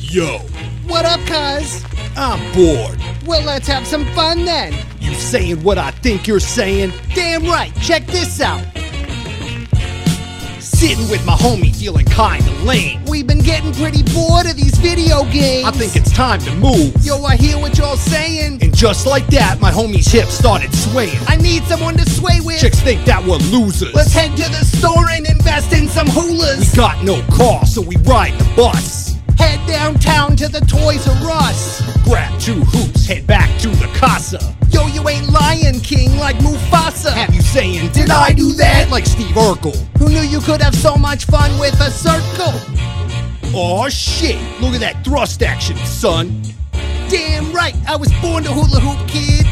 Yo, What up, cuz? I'm bored. Well, let's have some fun then. You saying what I think you're saying? Damn right, check this out. Sitting with my homie, feeling kinda lame. We've been getting pretty bored of these video games. I think it's time to move. Yo, I hear what y'all saying. And just like that, my homie's hips started swaying. I need someone to sway with. Chicks think that we're losers. Let's head to the store and invest in some we hoolas. got no car, so we ride the bus. Head downtown to the Toys R Us. Grab two hoops, head back to the casa. Yo, you ain't Lion King like Mufasa. Have you saying, did I do that? Like Steve Urkel. Who knew you could have so much fun with a circle? Aw shit, look at that thrust action, son. Damn right, I was born to hula hoop, kid.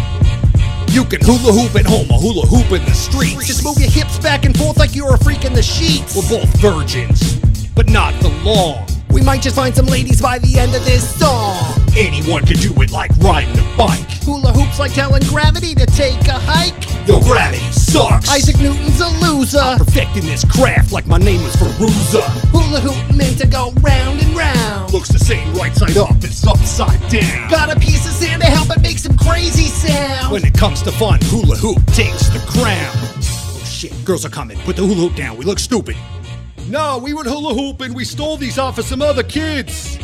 You can hula hoop at home or hula hoop in the streets. Just move your hips back and forth like you're a freak in the sheets. We're both virgins, but not for long. We might just find some ladies by the end of this song. Anyone can do it like riding a bike. Hula hoops like telling gravity to take a hike. Yo, gravity sucks. Isaac Newton's a loser. perfecting this craft like my name is Veruza. Hula hoop meant to go round and round. Looks the same right side up as upside down. Got a piece of sand to help it make some crazy sound. When it comes to fun, hula hoop takes the crown. Oh shit, girls are coming. Put the hula hoop down. We look stupid. No, we were hula hooping. We stole these off of some other kids.